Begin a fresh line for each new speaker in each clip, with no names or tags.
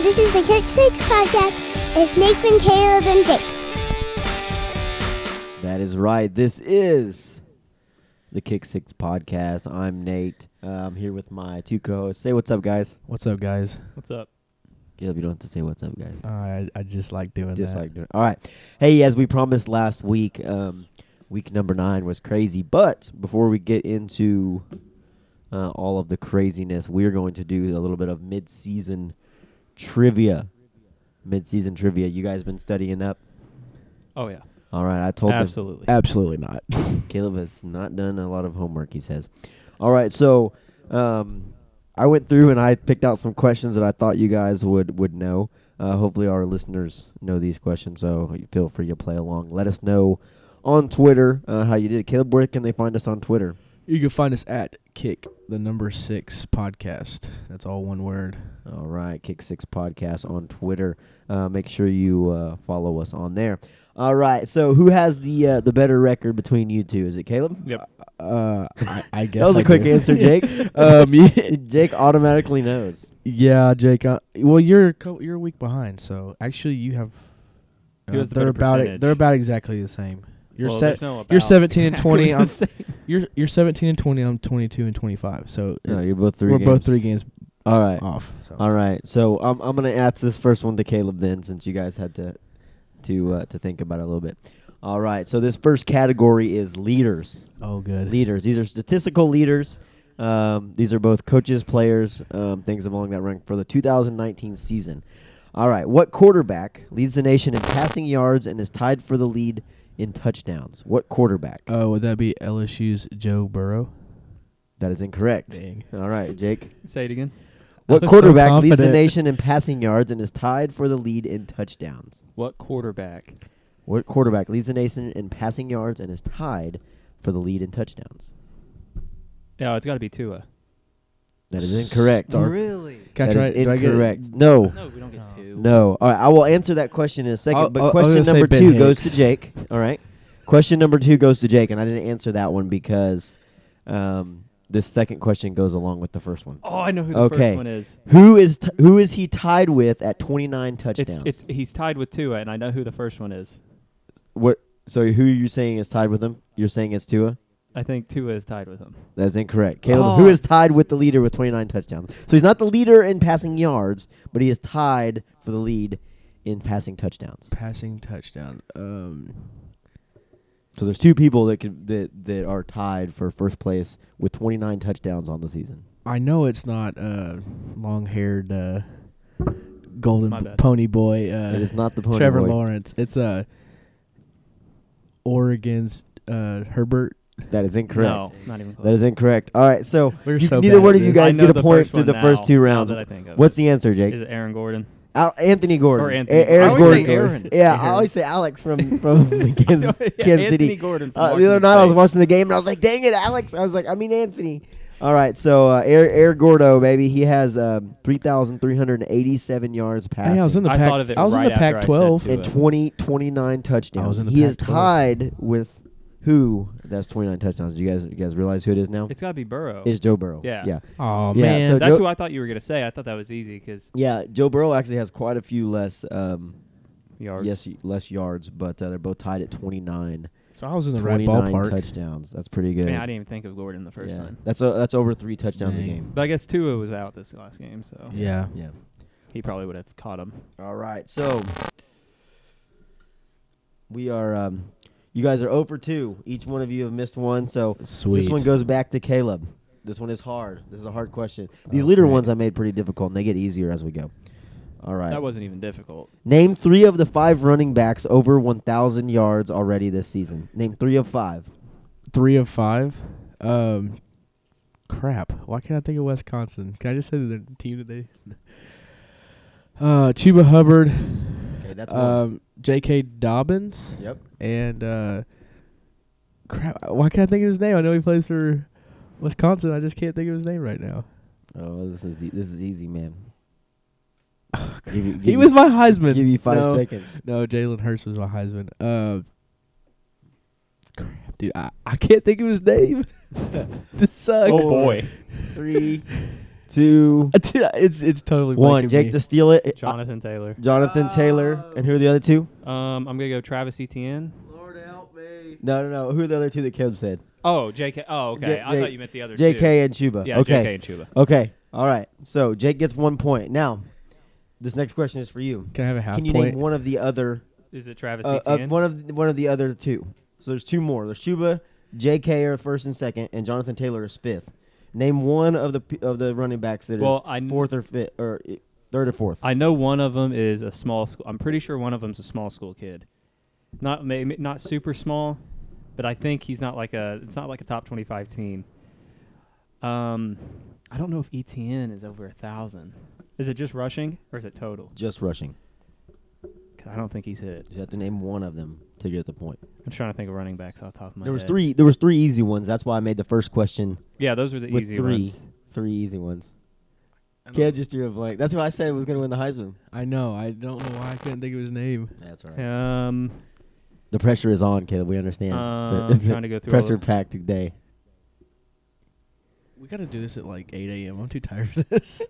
This is the Kick Six Podcast. It's Nathan, Caleb, and Jake.
That is right. This is the Kick Six podcast. I'm Nate. Uh, I'm here with my two co-hosts. Say what's up, guys.
What's up, guys?
What's up?
Caleb, you don't have to say what's up, guys.
Uh, I I just like doing
Just
that.
like doing. All right. Hey, as we promised last week, um, week number nine was crazy. But before we get into uh, all of the craziness, we're going to do a little bit of mid-season trivia. Mid-season trivia. You guys been studying up?
Oh yeah,
All right. I told them.
absolutely.
Absolutely not.
Caleb has not done a lot of homework, he says. All right, so um, I went through and I picked out some questions that I thought you guys would would know. Uh, hopefully, our listeners know these questions, so feel free to play along. Let us know on Twitter uh, how you did. Caleb, where can they find us on Twitter?
you can find us at Kick the Number Six Podcast. That's all one word.
All right, Kick Six Podcast on Twitter. Uh, make sure you uh, follow us on there. All right, so who has the uh, the better record between you two? Is it Caleb?
Yep.
Uh, I, I guess
That was
a
a quick answer, Jake.
um, yeah,
Jake automatically knows.
yeah, Jake. Uh, well, you're a co- you're a week behind, so actually you have. uh,
Who has the
they're
better
about
percentage?
they're about exactly the same. You're
Well,
set.
there's no
you're
about
17 and
exactly
20,
the
I'm-
same.
You're you're 17 and 20. I'm 22 and 25. So
No,
it-
you're both 3
we're
games.
both three games
All right.
off. So.
All right. So I'm I'm gonna ask this first one to Caleb then, since you guys had to to uh, to think about it a little bit. All right. So this first category is leaders.
Oh, good.
Leaders. These are statistical leaders. Um, these are both coaches, players, um, things along that rank for the 2019 season. All right. What quarterback leads the nation in passing yards and is tied for the lead in touchdowns? What quarterback?
Oh, would that be LSU's Joe Burrow?
that is incorrect.
Dang.
All right, Jake.
Say it again.
What
was so
quarterback leads the
confident.
nation in passing yards and is tied for the lead in touchdowns?
What quarterback?
What quarterback leads the nation in passing yards and is tied for the lead in touchdowns?
No, it's got to be Tua.
That is incorrect.
Dark.
Really?
Can I
That
try?
is
do I get it?
incorrect. No,
No, we don't get
No.
two.
no. All right, I will answer that question in a 2nd
I'll-
but
I'll- I was
question
gonna say
number
Ben
two goes to
Hicks.
Jake. All right, question number two goes to Jake, and I didn't answer that one because um, this second question goes along with the first one.
Oh, I know who the
Okay.
first one is.
Who is t- who is he tied with at twenty nine touchdowns?
It's, it's he's tied with Tua, and I know who the first one is.
what? So who are you saying is tied with him? You're saying it's Tua.
I think Tua is tied with him.
That's incorrect. Caleb, who
Oh.
is tied with the leader with 29 touchdowns. So he's not the leader in passing yards, but he is tied for the lead in passing touchdowns.
Passing touchdowns. Um,
So there's two people that could that that are tied for first place with 29 touchdowns on the season.
I know it's not uh, long-haired uh, golden
My bad.
pony boy. Uh,
It is not the pony
Trevor
boy.
Lawrence. It's uh, Oregon's uh, Herbert.
That is incorrect.
No, not even close.
That is incorrect. All right, so
We're
you-
so
neither
bad
one
at
of you
this.
guys
I know
get a
the
point
first
through
one
the first
now,
two
now
rounds.
that I think of
What's
it.
the answer, Jake?
Is it Aaron Gordon?
Al- Anthony Gordon.
Or
A-
Anthony.
Aaron
I always
Gordon.
say Aaron.
Yeah, I
Aaron.
always say Alex from from the Kansas,
Yeah,
Kansas City.
Anthony Gordon from
Uh, the
Washington
other night I was
State.
watching the game and I was like, "Dang it, Alex!" I was like, "I mean Anthony." All right, so uh, Air Air Gordo, baby, he has um, three thousand three hundred eighty-seven yards passing
Hey, I was in the
I
pack.
thought of it
I was in
right
the
after I said
Pac-12.
to
and
it.
20, 29 touchdowns.
I was in the
he is
Pac-12.
tied with who? That's twenty-nine touchdowns. Do you guys you guys realize who it is now?
It's got to be Burrow.
It's Joe Burrow.
Yeah.
yeah,
Oh
Yeah,
man,
so-
That's
Joe-
who I thought you were gonna say. I thought that was easy because
yeah. Joe Burrow actually has quite a few less um,
yards.
yes y- less yards, but uh, they're both tied at twenty-nine.
so I was in the right
29
ballpark.
touchdowns. That's pretty good.
Man, I didn't even think of Gordon the first
Yeah.
time.
That's o that's over three touchdowns a
Dang.
game.
But I guess Tua was out this last game, so
Yeah.
Yeah.
he probably would have caught him.
All right. So we are. Um, you guys are 0 for 2. Each one of you have missed one. So
Sweet.
this one goes back to Caleb. This one is hard. This is a hard question. These
Oh,
leader
great.
ones I made pretty difficult, and they get easier as we go. All right.
That wasn't even difficult.
Name three of the five running backs over 1,000 yards already this season. Name three of five.
Three of five. Um, crap. Why can't I think of Wisconsin? Can I just say the team that they? Uh, Chuba Hubbard.
Okay, that's one.
Um, J.K. Dobbins
Yep.
and uh, crap. Why can't I think of his name? I know he plays for Wisconsin. I just can't think of his name right now.
Oh, this is e- this is easy, man. Give you- give
He
you-
was my Heisman.
Give you five
no,
seconds.
No, Jalen Hurts was my Heisman. Uh, crap, dude. I, I can't think of his name. this sucks.
Oh, boy.
Three, two,
it's it's totally
one.
blanking
Jake
me.
to steal it. Uh,
Jonathan Taylor.
Jonathan Taylor. And who are the other two?
Um, I'm gonna go Travis Etienne.
No, no, no. Who are the other two that Kim said?
Oh, J.K. Oh, okay.
J-
I
J-
thought you meant the other.
JK
two.
and Chuba.
Yeah,
okay.
J.K. and Chuba.
Okay. All right. So Jake gets one point. Now, this next question is for you.
Can I have a half
Can you
point?
name one of the other
Is it Travis
uh, uh,
Etienne?
one of one of the other two? So there's two more. There's Chuba, JK are first and second, and Jonathan Taylor is fifth. Name one of the p- of the running backs that is
Well, I kn-
fourth or fifth or uh, third or fourth.
I know one of them is a small school. I'm pretty sure one of them's a small school kid. Not maybe not super small, but I think he's not like a. It's not like a top 25 team. Um, I don't know if ETN is over a thousand. Is it just rushing or is it total?
Just rushing.
'Cause I don't think he's hit.
You have to name one of them to get the point.
I'm trying to think of running backs off the top of my
There was
head.
three. There was three easy ones. That's why I made the first question
Yeah, those are the
with
easy
three,
ones.
three easy ones.
don't-
Kid just drew a blank. That's why I said was going to win the Heisman.
I know. I don't know why I couldn't think of his name.
That's all right.
Um,
The pressure is on, Caleb. We understand.
Uh, I'm trying to go through all
pressure
the-
packed day.
We gotta do this at like 8 a.m. I'm too tired for this.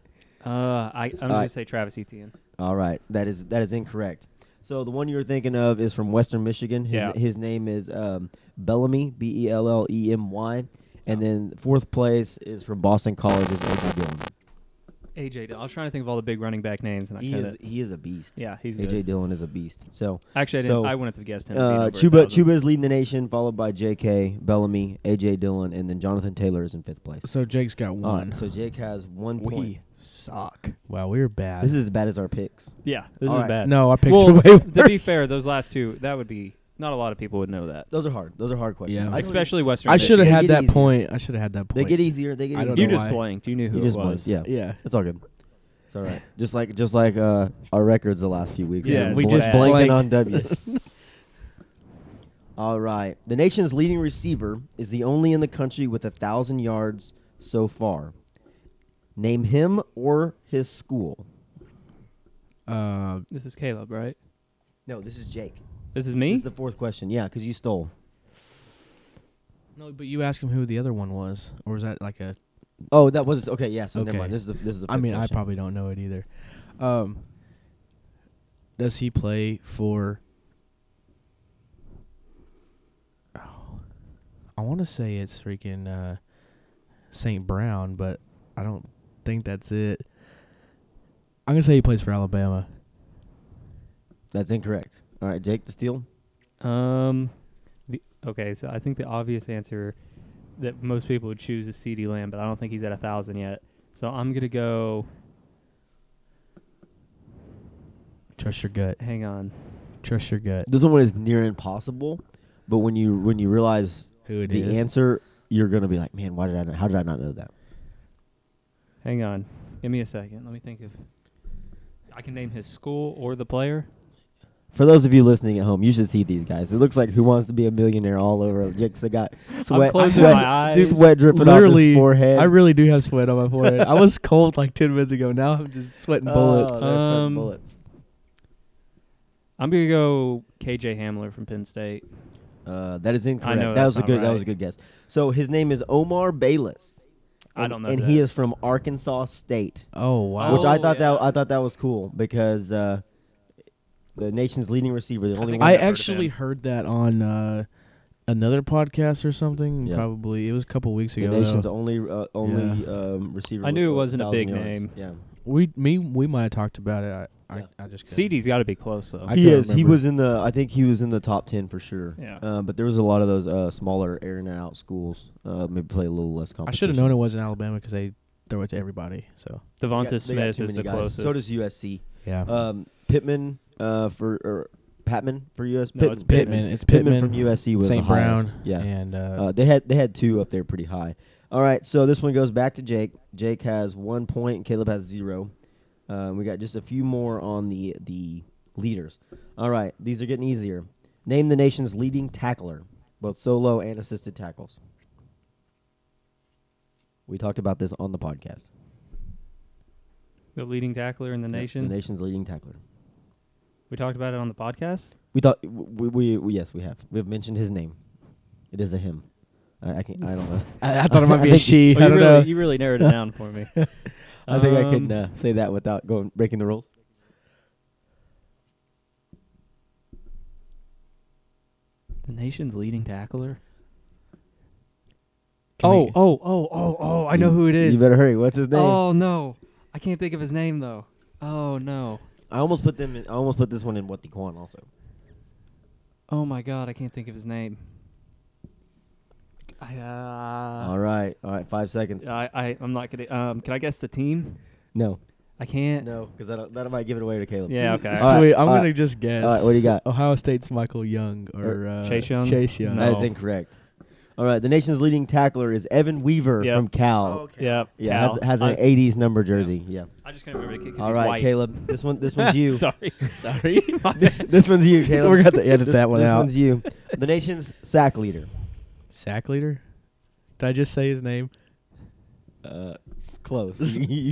uh, I I'm
All
gonna
right.
say Travis Etienne.
All right, that is that is incorrect. So the one you were thinking of is from Western Michigan. His,
Yeah.
his name is um, Bellamy, B E L L E M Y, and then fourth place is from Boston College is AJ Dillon.
AJ, Dillon. I was trying to think of all the big running back names, and I
He
couldn't.
is he is a beast.
Yeah, he's
AJ
good.
Dillon is a beast. So
Actually, I, didn't,
so,
I wouldn't have guessed him. being
uh,
over a
Chuba
thousand.
Chuba is leading the nation, followed by J.K. Bellamy, AJ Dillon, and then Jonathan Taylor is in fifth place.
so Jake's got
All
one.
right, so Jake has one
We
point.
suck.
wow, we were bad.
This is as bad as our picks.
Yeah, this
All
is
right.
bad.
no, I picked
well,
way
to be
worse.
fair, those last two, that would be not a lot of people would know that,
Those are hard. Those are hard questions.
Yeah.
I don't
especially Western.
I should have
They
had
get
that
easier.
point. I should have had that
They
point.
get easier. They get
I don't
easier.
know
You just
why.
blanked. You knew who
You
it
just
was.
blinked. Yeah.
yeah.
It's all good. It's all right. just like just like uh, our records the last few weeks.
Yeah,
We're
we
bl-
just
blanking
blanked.
on W's. all right. The nation's leading receiver is the only in the country with a thousand yards so far. Name him or his school.
Uh,
This is Caleb, right?
No, this is Jake.
This is me.
This is the fourth question. Yeah, because you stole.
no, but you asked him who the other one was, or was that like a?
Oh, that was okay. Yeah. So never
Okay.
mind. This is the this is the.
I
fifth
mean, I
question.
probably don't know it either. Um, does he play for? Oh, I want to say it's freaking uh, St. Brown, but I don't think that's it. I'm gonna say he plays for Alabama.
that's incorrect. All right, Jake to steal.
um, the, okay, so I think the obvious answer that most people would choose is C.D. Lamb, but I don't think he's at a thousand yet. So I'm gonna go.
Trust your gut.
Hang on.
Trust your gut.
This one is near impossible, but when you when you realize
Who it is?
the answer, you're gonna be like, man, why did I? Not, how did I not know that?
Hang on. Give me a second. Let me think of. I can name his school or the player.
For those of you listening at home, you should see these guys. It looks like Who Wants to Be a Millionaire all over. Jake's got sweat,
closing
sweat,
my eyes.
sweat dripping off
Literally,
his forehead.
I really do have sweat on my forehead. I was cold like ten minutes ago. Now I'm just
Oh,
sweating bullets.
that's- Um, I'm gonna go K.J. Hamler from Penn State.
Uh, that is incorrect.
know
that
that's
was a
not
good. That was
right.
a good guess. So his name is Omar Bayless.
I
and-
don't know
and
that.
he is from Arkansas State,
oh wow!
which I
Oh,
thought that
yeah.
I thought that was cool because uh, the nation's leading receiver, the only
think
one.
I
I've heard of
actually
him.
heard that on uh, another podcast or something.
Yeah.
Probably it was a couple weeks
The
ago.
nation's
though.
only uh, only um, receiver.
I knew
with
it wasn't a
1,000
big
yards.
name.
Yeah,
We me we might have talked about it. I
Yeah.
I, I just couldn't.
C.D.'s got to be close though.
I
he
couldn't
is. He
remember.
was in the. I think he was in the top ten for sure.
Yeah.
Uh, but there was a lot of those uh, smaller airing and out schools. Uh, maybe play a little less
I
competition.
should have known it wasn't Alabama because they throw it to everybody. So
They got- they
Devonta
got
Smith
too
is
many
the
guys.
closest.
So does USC.
yeah,
Um, Pittman uh, for or Patman for US.
No, it's Pittman.
Pittman. It's
Pittman
Pittman,
from USC was
St.
the
Brown.
highest. Yeah.
and uh,
Uh, they had they had two up there pretty high. All right, so this one goes back to Jake. Jake has one point. Caleb has zero. Uh, we got just a few more on the the leaders. All right, these are getting easier. Name the nation's leading tackler, both solo and assisted tackles. We talked about this on the podcast.
the leading tackler in the nation.
the nation's leading tackler.
We talked about it on the podcast. Oh,
We thought we, we, we yes we have we have mentioned his name. It is a him. I, I can I don't know.
I, I thought it might be a
think-
she.
Oh,
I
you
don't
really,
know.
you really narrowed it down for me.
I think I
Um,
can uh, say that without going breaking the rules.
The nation's leading tackler.
Can
oh,
we-
oh, oh, oh, oh! I know who it is.
You better hurry. What's his name?
Oh no, I can't think of his name though. Oh no.
I almost put them. In, I almost put this one in what the Quan also.
Oh my God, I can't think of his name. I, uh,
all right, all right. Five seconds.
I, I, I'm not gonna. Um, can I guess the team?
no,
I can't.
no, because that that might give it away to Caleb.
Yeah. Okay.
All right,
Sweet. I'm
all right.
gonna just guess.
All right, what do you got? Er,
Ohio State's Michael Young or uh,
Chase Young?
Chase Young.
That is
No.
incorrect. All right, the nation's leading tackler is Evan Weaver
Yep.
from Cal.
Yeah.
Yeah,
Cal.
has, has an
I,
'80s number jersey. Yeah.
I just can't remember the kid 'cause
All
he's
right,
white.
Caleb. This one. This one's you.
Sorry. Sorry. My bad.
this one's you, Caleb.
We're gonna have to edit
This-
that one
this
out.
one's you. The nation's sack leader.
Sack leader. Did I just say his name?
Uh, s- close.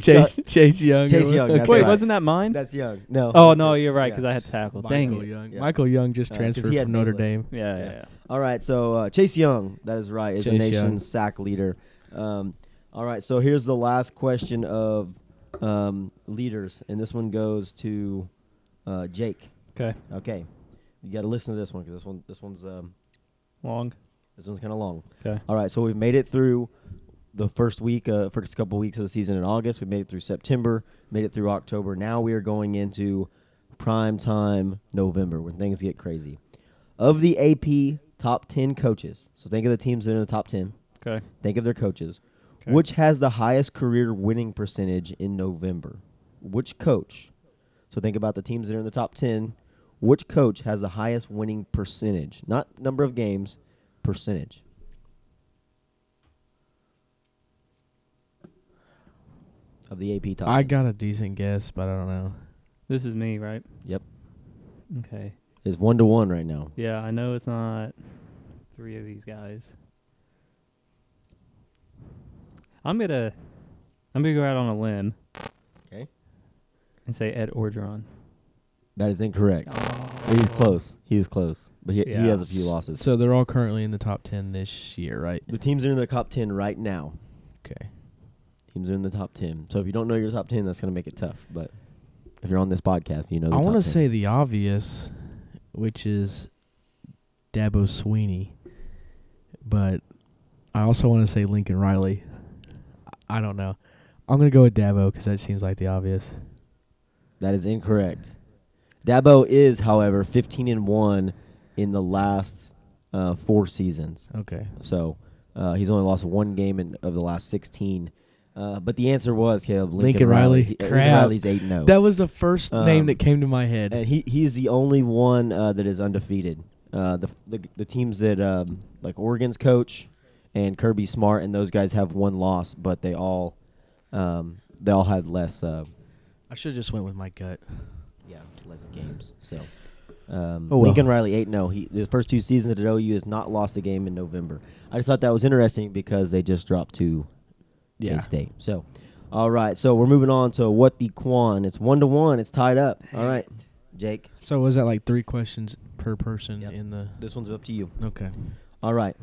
Chase Chase Young. or
Chase
what-
Young, that's
Wait,
right.
wasn't that mine?
That's young. No.
oh
that's
no,
not-
you're right
yeah.
because I had to tackle.
Michael
Dang it.
Young.
Yeah.
Michael Young just
Uh, 'cause
transferred
he had
from Notre
Bayless.
Dame.
Yeah, yeah,
Yeah.
yeah.
All right, so uh, Chase Young, that is right, is the
Chase
nation's
Young.
sack leader. Um, all right, so here's the last question of um, leaders, and this one goes to uh, Jake.
Okay.
Okay, you got to listen to this one because this one, this one's, um,
Long.
this one's kind of long.
Okay.
All right, so we've made it through the first week, uh, first couple weeks of the season in August. We made it through September, made it through October. Now we are going into prime time November when things get crazy. Of the AP top 10 coaches, so think of the teams that are in the top 10,
Okay.
think of their coaches.
'Kay.
Which has the highest career winning percentage in November? Which coach? So think about the teams that are in the top 10. Which coach has the highest winning percentage? Not number of games, percentage. Of the AP top.
I
10.
got a decent guess, but I don't know.
This is me, right?
Yep.
Okay.
It's one to one right now.
Yeah, I know it's not three of these guys. I'm gonna, I'm gonna go out on a limb
Okay.
and say Ed Orgeron.
That is incorrect. He's close. He's close. But he,
Yeah.
he has a few losses.
So they're all currently in the top ten this year, right?
the teams that are in the top 10 right now.
Okay.
Teams are in the top ten. So if you don't know your top ten, that's gonna make it tough. But if you're on this podcast, you know. The
I
want to
say the obvious, which is Dabo Sweeney, but I also want to say Lincoln Riley. I I don't know. I'm gonna go with Dabo because that seems like the obvious.
that is incorrect. Dabo is, however, 15 and one in the last uh, four seasons.
Okay.
So uh, he's only lost one game in, of the last 16. Uh, but the answer was Caleb Lincoln,
Lincoln Riley.
He- uh, Lincoln
Crap.
Riley's eight and zero.
That was the first
Um,
name that came to my head.
and he he is the only one uh, that is undefeated. Uh, the, the the teams that um, like Oregon's coach and Kirby Smart and those guys have one loss, but they all um, they all had less uh,
I should have just went with my gut.
yeah less games. So um,
Oh, well.
Lincoln Riley eight no he his first two seasons at OU has not lost a game in November. I just thought that was interesting because they just dropped to
Yeah.
K State. So all right, so we're moving on to what the Quan. It's one to one. It's tied up. All right, Jake,
So was that like three questions per person
Yep.
in the?
this one's up to you.
Okay.
All right.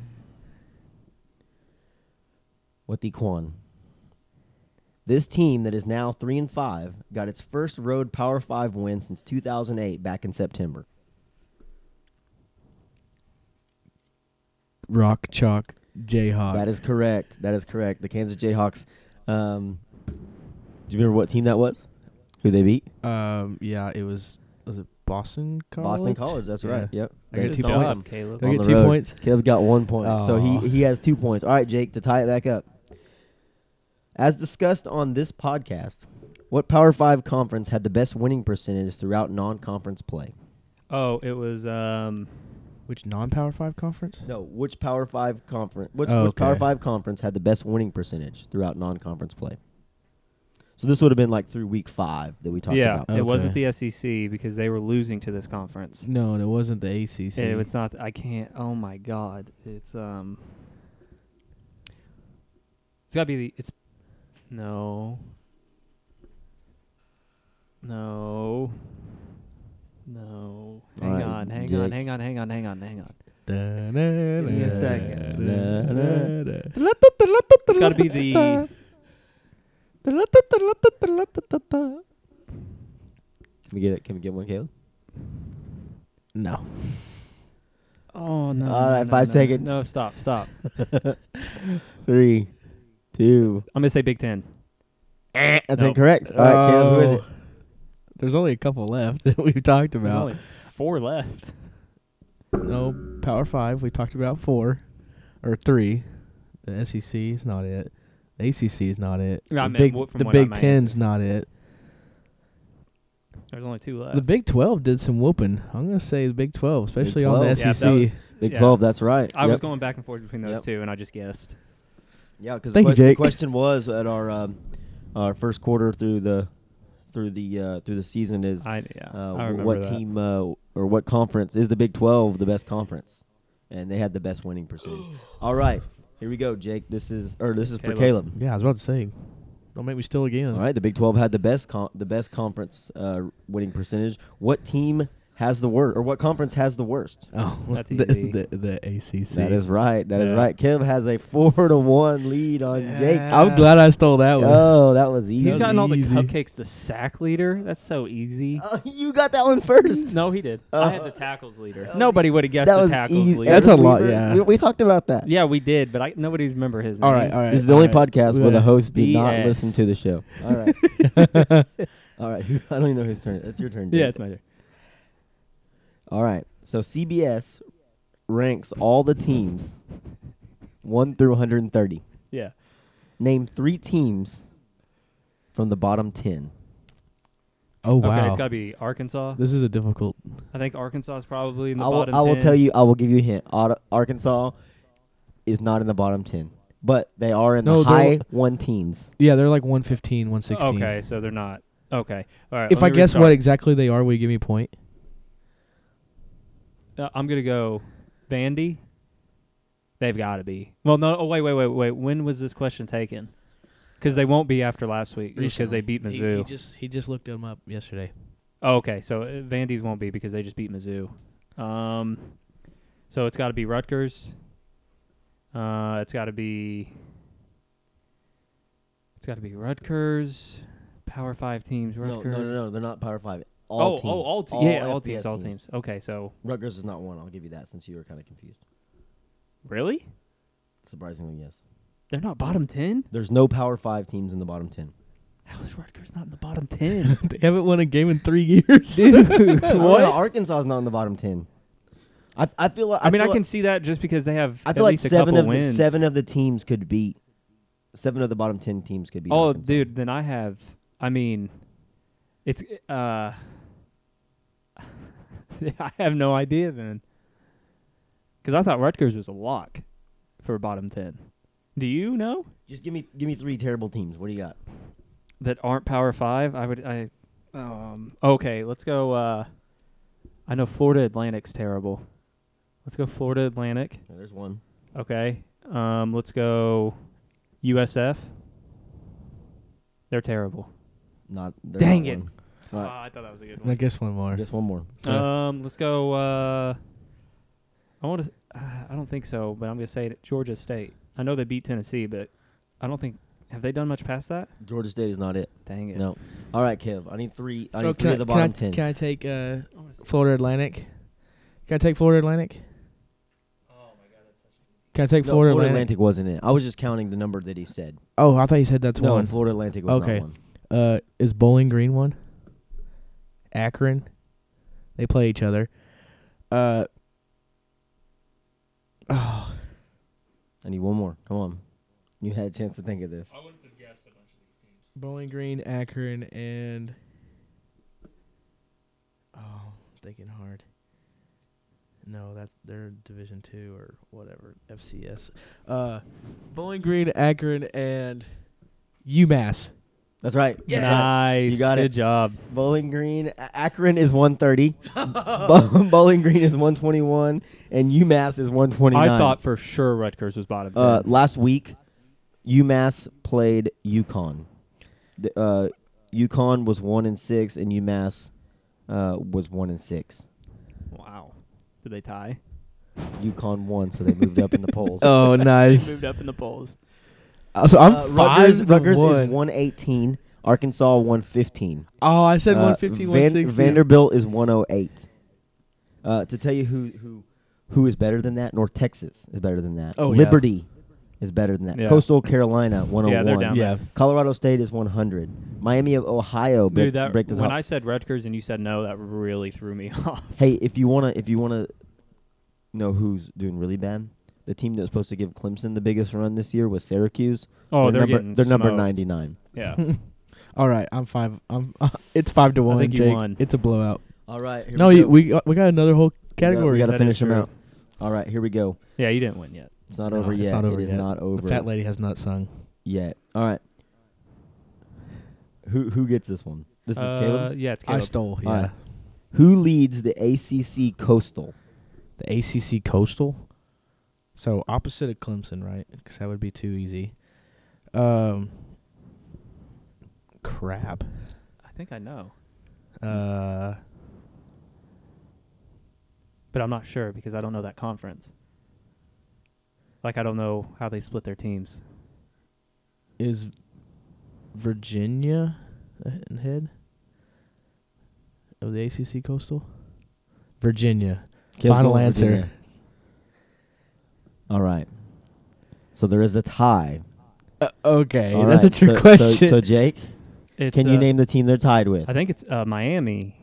What the Quan? This team that is now three and five got its first road Power Five win since 2008, back in September.
Rock chalk Jayhawk.
That is correct. That is correct. The Kansas Jayhawks. Um, do you remember what team that was? Who they beat?
Um. Yeah. It was. Was it Boston College?
Boston College. That's
Yeah.
right. Yep.
I
They
got two
just
Good
points.
knocked 'em
job, Caleb.
Did I
on
get
the
two
road.
points?
Caleb got one point, so
Aw.
he he has two points. All right, Jake, to tie it back up. As discussed on this podcast, what Power Five conference had the best winning percentage throughout non-conference play?
Oh, it was um,
Which non-power five conference?
No, which Power Five conference? Which,
Oh,
which Power
okay.
Five conference had the best winning percentage throughout non-conference play? So this would have been like through week five that we talked
yeah,
about.
it wasn't the SEC because they were losing to this conference.
No, and it wasn't the ACC.
Yeah, it's not. I can't. Oh my God. It's um. It's gotta be the. It's no. No. No. Hang
Alright,
on. Hang on.
Jake.
Hang on. Hang on. Hang on. Hang on.
Give
me a
second.
It's gotta be the.
Can we get it? Can we get one, Caleb?
No.
Oh no!
All
no,
right,
no,
five
no.
seconds.
No, stop, stop.
Three, two.
I'm gonna say Big Ten.
That's
Nope.
incorrect. All right, Caleb, who is it?
Oh. There's only a couple left that we've talked
There's
about.
only four left.
No, Power Five. We talked about four or three. The SEC is not it. The ACC is not it.
No, I
the
meant
Big,
what- from
the
what I
Big
might
Ten's
answer.
not it.
There's only two left.
The Big Twelve did some whooping. I'm gonna say the Big Twelve, especially on
12.
the E
Yeah,
that
SEC.
was-
Big
Oh,
Yeah.
Twelve. That's right.
I was
Yep.
going back and forth between those
Yep.
two, and I just guessed.
Yeah, because
Thank you,
the
Jake.
question was at our um, our first quarter through the through the uh, through the season is
I yeah.
uh,
I
wh-
remember
what
that.
team uh, or what conference is the Big Twelve the best conference, and they had the best winning percentage. All right, here we go, Jake. This is or this is for
Caleb.
Caleb.
yeah, I was about to say. Don't make me still again.
All right, the Big Twelve had the best con- the best conference uh, winning percentage. What team has the worst or what conference has the worst?
Oh,
That's
the,
easy.
the, the ACC.
That is right. That is
Yeah.
right. Caleb has a four to one lead on Jake.
Yeah.
I'm glad I stole that one.
Oh, that was easy.
He's gotten all the
easy.
cupcakes. The sack leader. That's so easy.
Oh, you got that one first.
No, he did. Uh, I had
Uh,
the tackles leader.
that was
Nobody would have guessed
that
the
was
tackles
easy.
leader.
That's a lot,
We-
yeah.
We, we talked about that.
yeah, we did, but I nobody's remember his
All
name.
right, all right.
This is the only
all right.
podcast where the
Yeah.
host did not
BS.
listen to the show. All right. all right. I don't even know whose turn. it- It's your turn. Jake.
Yeah, it's my turn.
All right. So CBS ranks all the teams 1 through 130.
Yeah.
Name 3 teams from the bottom 10.
Oh wow.
Okay, it's got to be Arkansas.
this is a difficult.
I think Arkansas is probably in the
I will,
bottom.
I will
10.
tell you I will give you a hint. Ar- Arkansas is not in the bottom 10, but they are in
No,
the
they're-
high 1 teens.
Yeah, they're like 115, 116.
Okay, so they're not. Okay. All right.
If
let
I
me
guess what
restart.
exactly they are, will you give me a point?
Uh, I'm gonna go, Vandy. They've got to be. Well, no. Oh, wait, wait, wait, wait. When was this question taken? Because they won't be after last week because they beat Mizzou.
He, just he just looked them up yesterday.
Oh, okay, so uh, Vandy's won't be because they just beat Mizzou. Um, so it's got to be Rutgers. Uh, it's got to be. It's got to be Rutgers. Power five teams.
No, no,
Rutgers.
no, no. They're not Power 5. All
oh,
teams.
oh, all teams. Yeah, all
FBS
teams. All teams. Okay, so
Rutgers is not one. I'll give you that since you were kind of confused.
really,
Surprisingly, yes.
they're not bottom ten.
There's no Power Five teams in the bottom ten.
How is Rutgers not in the bottom ten?
They haven't won a game in three years.
I don't know,
what?
Arkansas is not in the bottom ten. I, I feel like
I, mean, I
feel
can
like-
see that just because they have.
I feel
at
like
least a
seven
couple
of the
wins.
seven of the teams could beat seven of the bottom ten teams could beat.
Oh,
Arkansas.
dude, then I have. I mean, it's. uh I have no idea then, because I thought Rutgers was a lock for bottom ten. Do you know
just give me give me three terrible teams. What do you got?
that aren't Power Five? I would. I. Um. Okay, let's go. uh I know Florida Atlantic's terrible. Let's go Florida Atlantic.
Yeah, there's one.
Okay. Um. Let's go. USF. They're terrible.
Not there's
Dang
not
it.
one. All right,
Ah, I thought that was a good
I guess one more.
guess one more.
So,
Um, let's go. Uh, I want to. Uh, I don't think so, but I'm gonna say it, Georgia State. I know they beat Tennessee, but I don't think have they done much past that.
Georgia State is not it.
Dang it!
No. All right, Caleb. I need three. I
so
need
can,
three
I,
of the
can I-
bottom ten.
can I take uh, Florida Atlantic? Can I take Florida Atlantic? Can I take
No,
Florida,
Florida
Atlantic?
Atlantic wasn't it. I was just counting the number that he said.
Oh, I thought you said that's
no,
one.
Florida Atlantic was
Okay.
not one.
Uh, is Bowling Green one? Akron, they play each other. Uh, oh,
I need one more. Come on. You had a chance to think of this.
Bowling Green, Akron, and oh, I'm thinking hard. No, that's they're Division Two or whatever FCS. Uh, Bowling Green, Akron, and UMass.
That's right.
Yes.
Nice.
You got
Good
it.
job.
Bowling Green, A- Akron is 130. Bo- Bowling Green is 121, and UMass is 129.
I thought for sure Rutgers was bottom ten.
uh, last week, UMass played UConn. The, uh, UConn was one and six, and UMass uh, was one and six.
wow. Did they tie?
UConn won, so they moved up in the polls.
Oh, nice.
Moved up in the polls.
Uh, So I'm
Uh,
five
Rutgers,
to
Rutgers is
one.
118. Arkansas 115.
Oh, I said
Uh,
115,
Van-
160.
Vanderbilt is 108. Uh, to tell you who who who is better than that, North Texas is better than that.
Oh, yeah.
Liberty is better than that.
Yeah.
Coastal Carolina 101.
Yeah, they're down
Yeah.
Colorado State is 100. Miami of Ohio bre-
Dude, that
break the
when
top.
I said Rutgers and you said no, that really threw me off.
hey, if you wanna if you wanna know who's doing really bad, the team that was supposed to give Clemson the biggest run this year was Syracuse.
Oh,
they're,
they're
number
getting
they're number
smoked.
99.
Yeah.
All right, I'm five. I'm. it's five to one.
think you
Jake.
won.
It's a blowout.
All right. Here
No,
we
you,
go.
we got, we got another whole category.
We got to
that is
finish them
true.
out. All right, here we go.
Yeah, you didn't win yet.
It's not
No,
over
it's
yet.
not over
It is
yet.
not over.
the fat lady has not sung.
yet. All right. Who who gets this one? This is
Uh,
Caleb.
Yeah, it's
I
Caleb.
stole. Yeah.
All right. Who leads the ACC Coastal?
The ACC Coastal. So opposite of Clemson, right? Because that would be too easy. Um. Crap.
I think I know,
Uh.
but I'm not sure because I don't know that conference. Like I don't know how they split their teams.
is Virginia the head of the ACC Coastal? Virginia.
Caleb's
Final
going with
answer.
Virginia. All right. So there is a tie.
Uh, okay,
All
that's
right,
a trick
so- so- So,
question.
Jake,
It's,
can you
uh,
name the team they're tied with?
I think it's uh, Miami.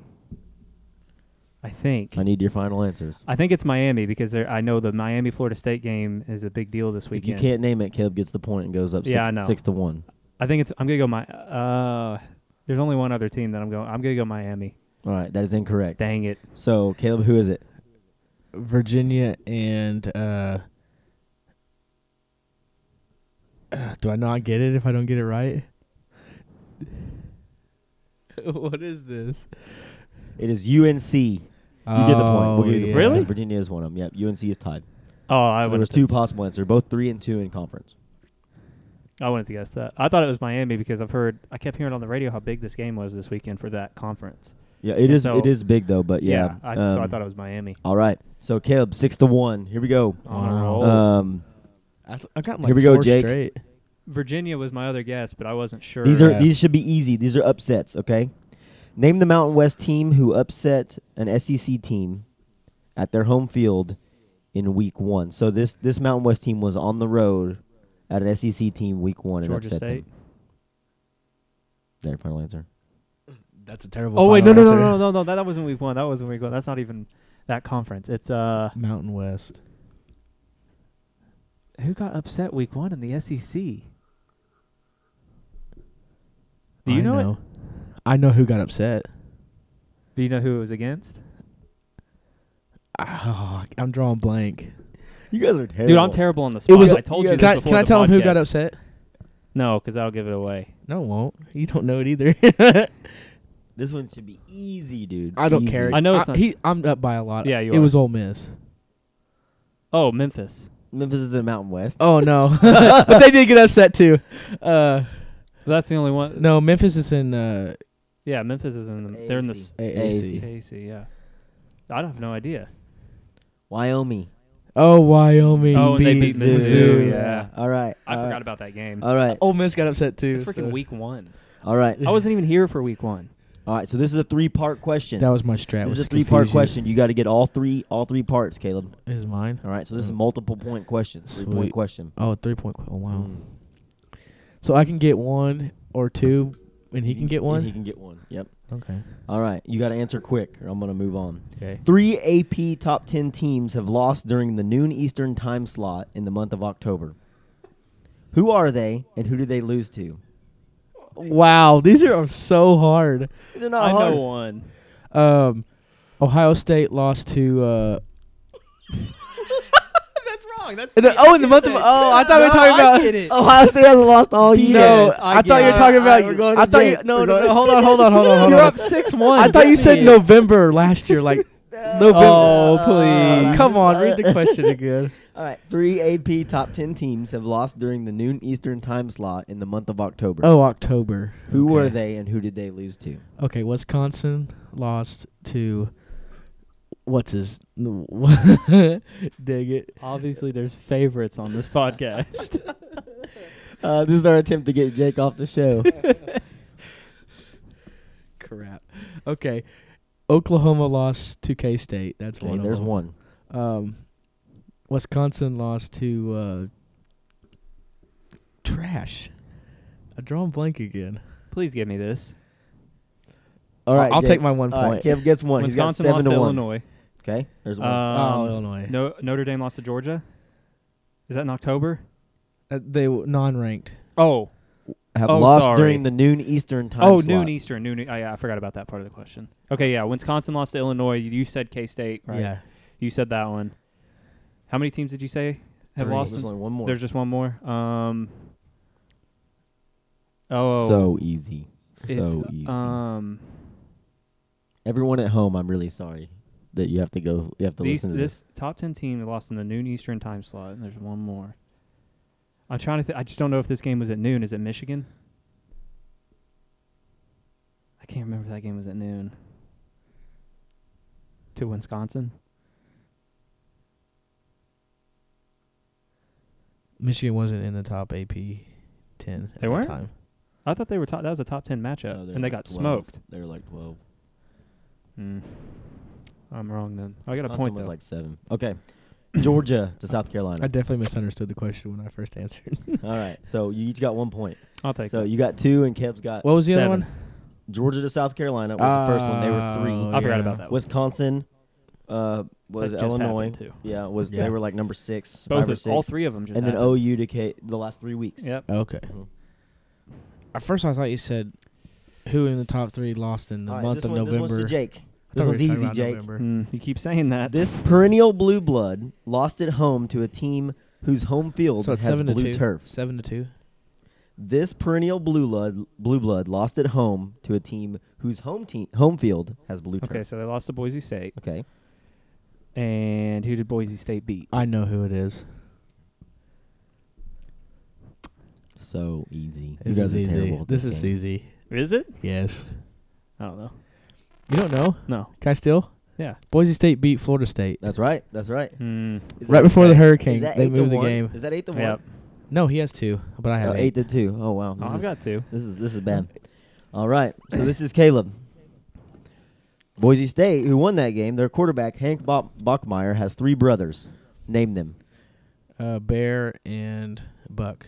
I think.
I need your final answers.
I think it's Miami because they're- I know the Miami Florida State game is a big deal this
If you
weekend.
can't name it, Caleb gets the point and goes up
Yeah,
six,
I know.
six to one.
I think it's. I'm gonna go my. Uh, there's only one other team that I'm going. I'm gonna go Miami.
All right, that is incorrect.
Dang it.
So Caleb, who is it?
Virginia and uh, uh, do I not get it if I don't get it right? what is this?
It is UNC. You get the point. We'll give you the point.
yeah.
'cause
Oh, Really?
Virginia is one of them. Yep, UNC is tied.
Oh, I
So there
wouldn't
was
have-
two possible answers, both three and two in conference.
I wanted to guess that. I thought it was Miami because I've heard, I kept hearing on the radio how big this game was this weekend for that conference.
Yeah, it
And
is.
so-
it is big though, but yeah.
I, so I
um,
thought it was Miami.
All right, so Caleb, six to one. Here we go.
On a
Wow.
roll.
Oh.
Um,
I, th- I got like
Here we go,
four
Jake.
straight.
Virginia was my other guess, but I wasn't sure.
these are
Yeah.
these should be easy. These are upsets. Okay, name the Mountain West team who upset an SEC team at their home field in Week One. So this this Mountain West team was on the road at an SEC team Week One and
Georgia
upset
State.
them. Their final answer.
That's a terrible.
Oh, wait, no,
final
no, no,
answer.
no, no, no. That, that wasn't week one. That wasn't week one. That's not even that conference. It's, uh,
Mountain West.
who got upset week one in the E SEC? Do
I
you know, it?
I know who got upset.
Do you know who it was against?
Oh, I'm drawing blank.
You guys are terrible.
Dude, I'm terrible on the spot.
was-
I told you
Can
this
Can I,
before
can I
the
tell him who got
podcast.
upset?
No, because that'll give it away.
No, it won't. You don't know it either.
This one should be easy, dude.
I don't
Easy.
care.
I know it's not-
he, I'm up by a lot.
Yeah, you
It
are.
was Ole Miss.
Oh, Memphis.
Memphis is in Mountain West.
Oh no, but they did get upset too. Uh,
That's the only one.
no, Memphis is in uh,
Yeah, Memphis is in the. They're in the. s- E
AAC.
AC, yeah. I have no idea.
Wyoming.
Oh, Wyoming.
Oh, and they beat Mizzou, yeah.
All right.
I
all
forgot
right,
about that game.
All right.
Ole Miss got upset too.
it's freaking
Uh, so-
week one.
All right.
I wasn't even here for week one.
All right. So this is a three-part question.
That was my strat.
this
was
is a
to
three-part
confuse you.
question. Oh. You got to get all three, all three parts, Caleb.
Is mine?
All right. So this is
Mm.
multiple point question. Three-point
Sweet.
question.
Oh, three point. qu- Oh, wow.
Mm.
So I can get one or two, and he can get
and He
one.
can get one. Yep.
Okay.
All right. You got to answer quick, or I'm gonna move on.
Okay.
Three AP top ten teams have lost during the noon Eastern time slot in the month of October. Who are they, and who did they lose to?
Wow, these are um, so hard.
These are not
I
hard.
know one.
Um, Ohio State lost to. Uh,
That's wrong. That's
uh,
in the- oh, in the month of. Oh, I thought we were talking about.
Ohio State hasn't lost all year.
No,
Yes,
I,
I
thought you
get
were
it.
talking
All
about.
right, we're going
I
to
thought
Jake.
you. No,
We're
no,
going-
no, hold on, hold on, hold on, hold
You're
on.
up six one.
I thought you said November last year, like November. Uh,
Oh, please.
come on, read the question again.
All right, three AP top ten teams have lost during the noon Eastern time slot in the month of October.
Oh, October.
who were
Okay.
they and who did they lose to?
Okay, Wisconsin lost to. What's his? Dang it.
Obviously, there's favorites on this podcast.
Uh, this is our attempt to get Jake off the show.
crap. Okay. Oklahoma lost to K State. That's
Okay,
one. of
there's
them.
one.
Um, Wisconsin lost to uh, trash. I draw a blank again.
Please give me this.
All right,
I'll
Jake.
take my one
All right,
point.
Kev gets one. He's got
Wisconsin
seven
lost
to
to
one.
Illinois.
Okay, there's one.
oh,
Um,
Illinois.
No, Notre Dame lost to Georgia. Is that in October?
Uh, they were non-ranked.
Oh,
Have
oh,
lost
sorry.
during the noon Eastern time.
oh,
slot.
noon Eastern. Noon. I, I forgot about that part of the question. Okay, yeah. Wisconsin lost to Illinois. You said K State, right?
Yeah.
You said that one. How many teams did you say have
Three.
lost?
There's
in-
only one more.
There's just one more. Um. Oh.
so easy,
it's,
so easy.
Um.
Everyone at home, I'm really sorry that you have to go. You have to
These,
listen to
this top ten team lost in the noon Eastern time slot, and there's one more. I'm trying to. Th- I just don't know if this game was at noon. Is it Michigan? I can't remember if that game was at noon. To Wisconsin.
Michigan wasn't in the top AP ten. at
They
that
weren't?
time.
I thought they were top. That was a top ten
this.
matchup,
No, they're
and they
like
got
12.
smoked.
They were like twelve.
Mm. I'm wrong then. I got a
Wisconsin
point
Was
though.
like seven. Okay, Georgia to South Carolina.
I definitely misunderstood the question when I first answered.
All right, so you each got one point.
I'll take
so
it.
you got two, and Kev's got
What was the other
Seven.
one?
Georgia to South Carolina was the first one. They were three.
Oh,
I forgot
yeah.
about that. one.
Wisconsin uh, was
That just
Illinois.
happened, too.
Yeah, was
Yeah.
they were like number six,
Both
five or
of,
six,
all three of them just
and then
happened.
OU to K the last three weeks.
Yep.
Okay.
Mhm.
At first, I thought you said who in the top three lost in the
All right,
month
this
of
one, This
November.
one's to Jake.
I
This
thought we
one's
were talking
easy,
about
Jake.
November.
Mm, you keep saying that.
This perennial blue blood lost at home to a team whose home field
So it's
has
seven to
blue
two.
turf.
Seven to two.
This perennial blue blood, blue blood lost at home to a team whose home team home field has blue
okay,
turf.
so they lost to Boise State,
Okay.
and who did Boise State beat?
I know who it is.
So easy.
This
you guys
is
are
easy.
terrible. at
this is
game.
easy.
Is it?
Yes.
I don't know.
You don't know?
No.
Can I still?
Yeah.
Boise State beat Florida State
That's right. That's right.
Mm.
Is
right
that-
before the hurricane.
is that
They
eight to
moved the
one?
game.
Is that eight to one?
Yep.
No, he has two, but I
Oh,
have
eight to two. Oh wow.
Oh,
This
I've
is,
got two.
this is this is bad. All right. So this is Caleb. Boise State, who won that game, their quarterback Hank Bo- Bachmeyer has three brothers. Name them.
Uh, Bear and Buck.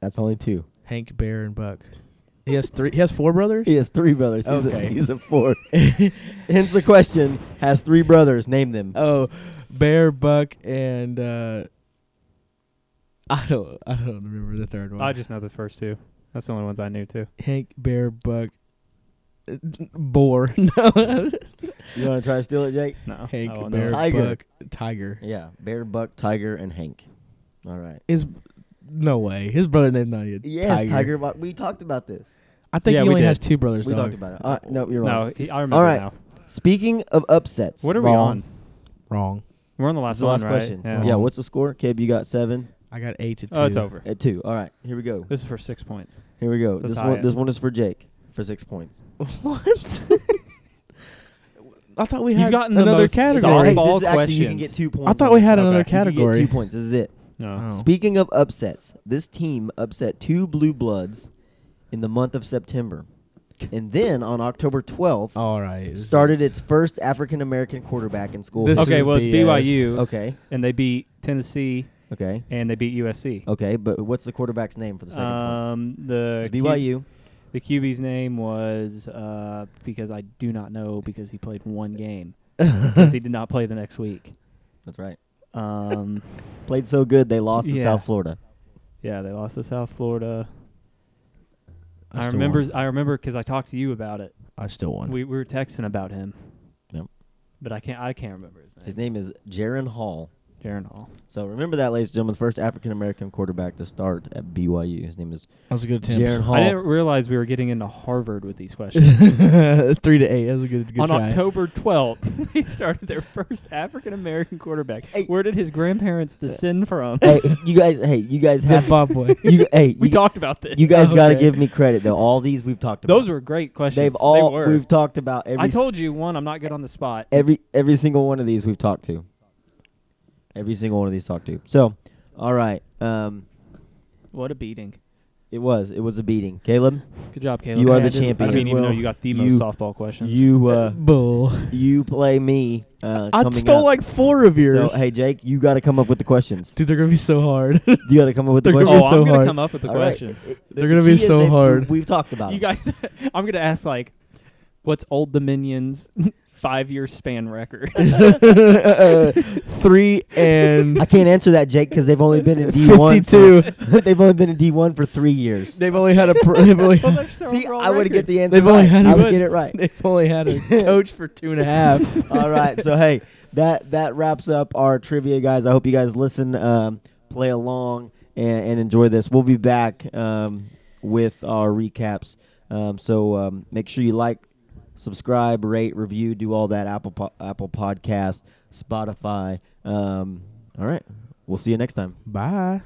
That's only two.
Hank, Bear, and Buck. He has three. He has four brothers.
He has three brothers. He's, a,
Okay.
he's a fourth. Hence the question: Has three brothers? Name them.
Oh, Bear, Buck, and uh, I don't. I don't remember the third one.
I just know the first two. That's the only ones I knew too.
Hank, Bear, Buck, uh, Boar. no,
You want to try to steal it, Jake?
Oh, No. I
Hank,
won't
Bear,
know.
Tiger.
Buck, Tiger.
Yeah. Bear, Buck, Tiger, and Hank. All right.
Is no way. His brother named not yet
Yes, Tiger.
Tiger.
Bo- we talked about this.
I think
Yeah,
he
we
only
did.
has two brothers.
we
dog.
talked about it. All right, no, you're wrong.
No, he- I remember
All right.
now.
Speaking of upsets,
What are we
Vaughn,
on?
Wrong.
We're on the
That's
last
the
one,
last
right?
question.
Yeah.
Yeah. what's the score? Kib, you got seven
I got eight to two.
Oh, it's over.
at two. All right, here we go.
This is for six points.
Here we go.
That's
This
high
one,
end.
this one is for Jake for six points.
What? I thought we
You've
had
gotten the
another
most
category.
Sorry.
Hey,
softball-
this is actually you can
questions.
get two points.
I
on
thought we
this.
had
Okay.
another
You can get
You can get
category.
two points. This is it.
No.
Oh.
Speaking of upsets, this team upset two blue bloods in the month of September. And then on October 12th,
All right.
started its first African American quarterback in school.
This
history.
okay,
is
well it's
BS.
BYU,
okay,
and they beat Tennessee,
okay,
and they beat USC.
okay. But what's the quarterback's name for the second point?
Um, the
It's
Q-
BYU.
the QB's name was uh, because I do not know because he played one game because he did not play the next week.
That's right.
Um,
Played so good they lost to
Yeah.
South Florida.
yeah, they lost to South Florida.
I
I
still
remember.
won.
I remember because I talked to you about it.
I still won.
We, we were texting about him.
Yep.
But I can't. I can't remember his name.
His name is Jaron Hall.
Jaron Hall.
So remember that, ladies and gentlemen, first African American quarterback to start at BYU. His name is
that was a good
Jaron
attempt.
Hall.
I didn't realize we were getting into Harvard with these questions.
Three to eight. That was a good. good
On
try.
October 12th, they started their first African American quarterback.
Hey. Uh,
Where did his grandparents descend from?
hey, you guys. Hey, you guys have.
Zimbabwe.
You, hey,
We
you,
talked about this.
you guys got to
Okay.
give me credit though. All these we've talked about.
Those were great questions.
They've
They
all
were.
we've talked about every
I
s-
told you one. I'm not good on the spot.
every every single one of these we've talked to. Every single one of these talked to. So, all right. Um,
What a beating!
It was. It was a beating. Caleb,
Good job, Caleb.
You are
the
I didn't-
champion.
I didn't even
Well,
know you got the
you-
most softball questions.
you uh,
Bull.
you play me. Uh,
I
coming
stole
up.
like four of yours.
So hey, Jake, you got to come up with the questions.
Dude, they're gonna be so hard.
You got to come up with the
They're gonna
oh,
be
questions.
so
I'm gonna
hard.
come up with the
All right.
questions.
It- it-
They're
the
gonna be
key is
so
that we-
hard.
We've talked about
You
it.
guys, I'm gonna ask like, what's Old Dominion's five-year span record?
Three and
I can't answer that, Jake, because they've only been in D one.
fifty-two.
they've only been in D one for three years.
They've only had a. Pr- they've, only
Well, that's their
See,
overall
I would
record.
get the answer.
They've only
right.
had
I
a-
would get it right.
they've only had a coach for two and a half.
All right. So hey, that that wraps up our trivia, guys. I hope you guys listen, um, play along, and, and enjoy this. We'll be back um, with our recaps. Um, so um, make sure you like, subscribe, rate, review, do all that. Apple po- Apple Podcast, Spotify. Um, all right. We'll see you next time.
Bye.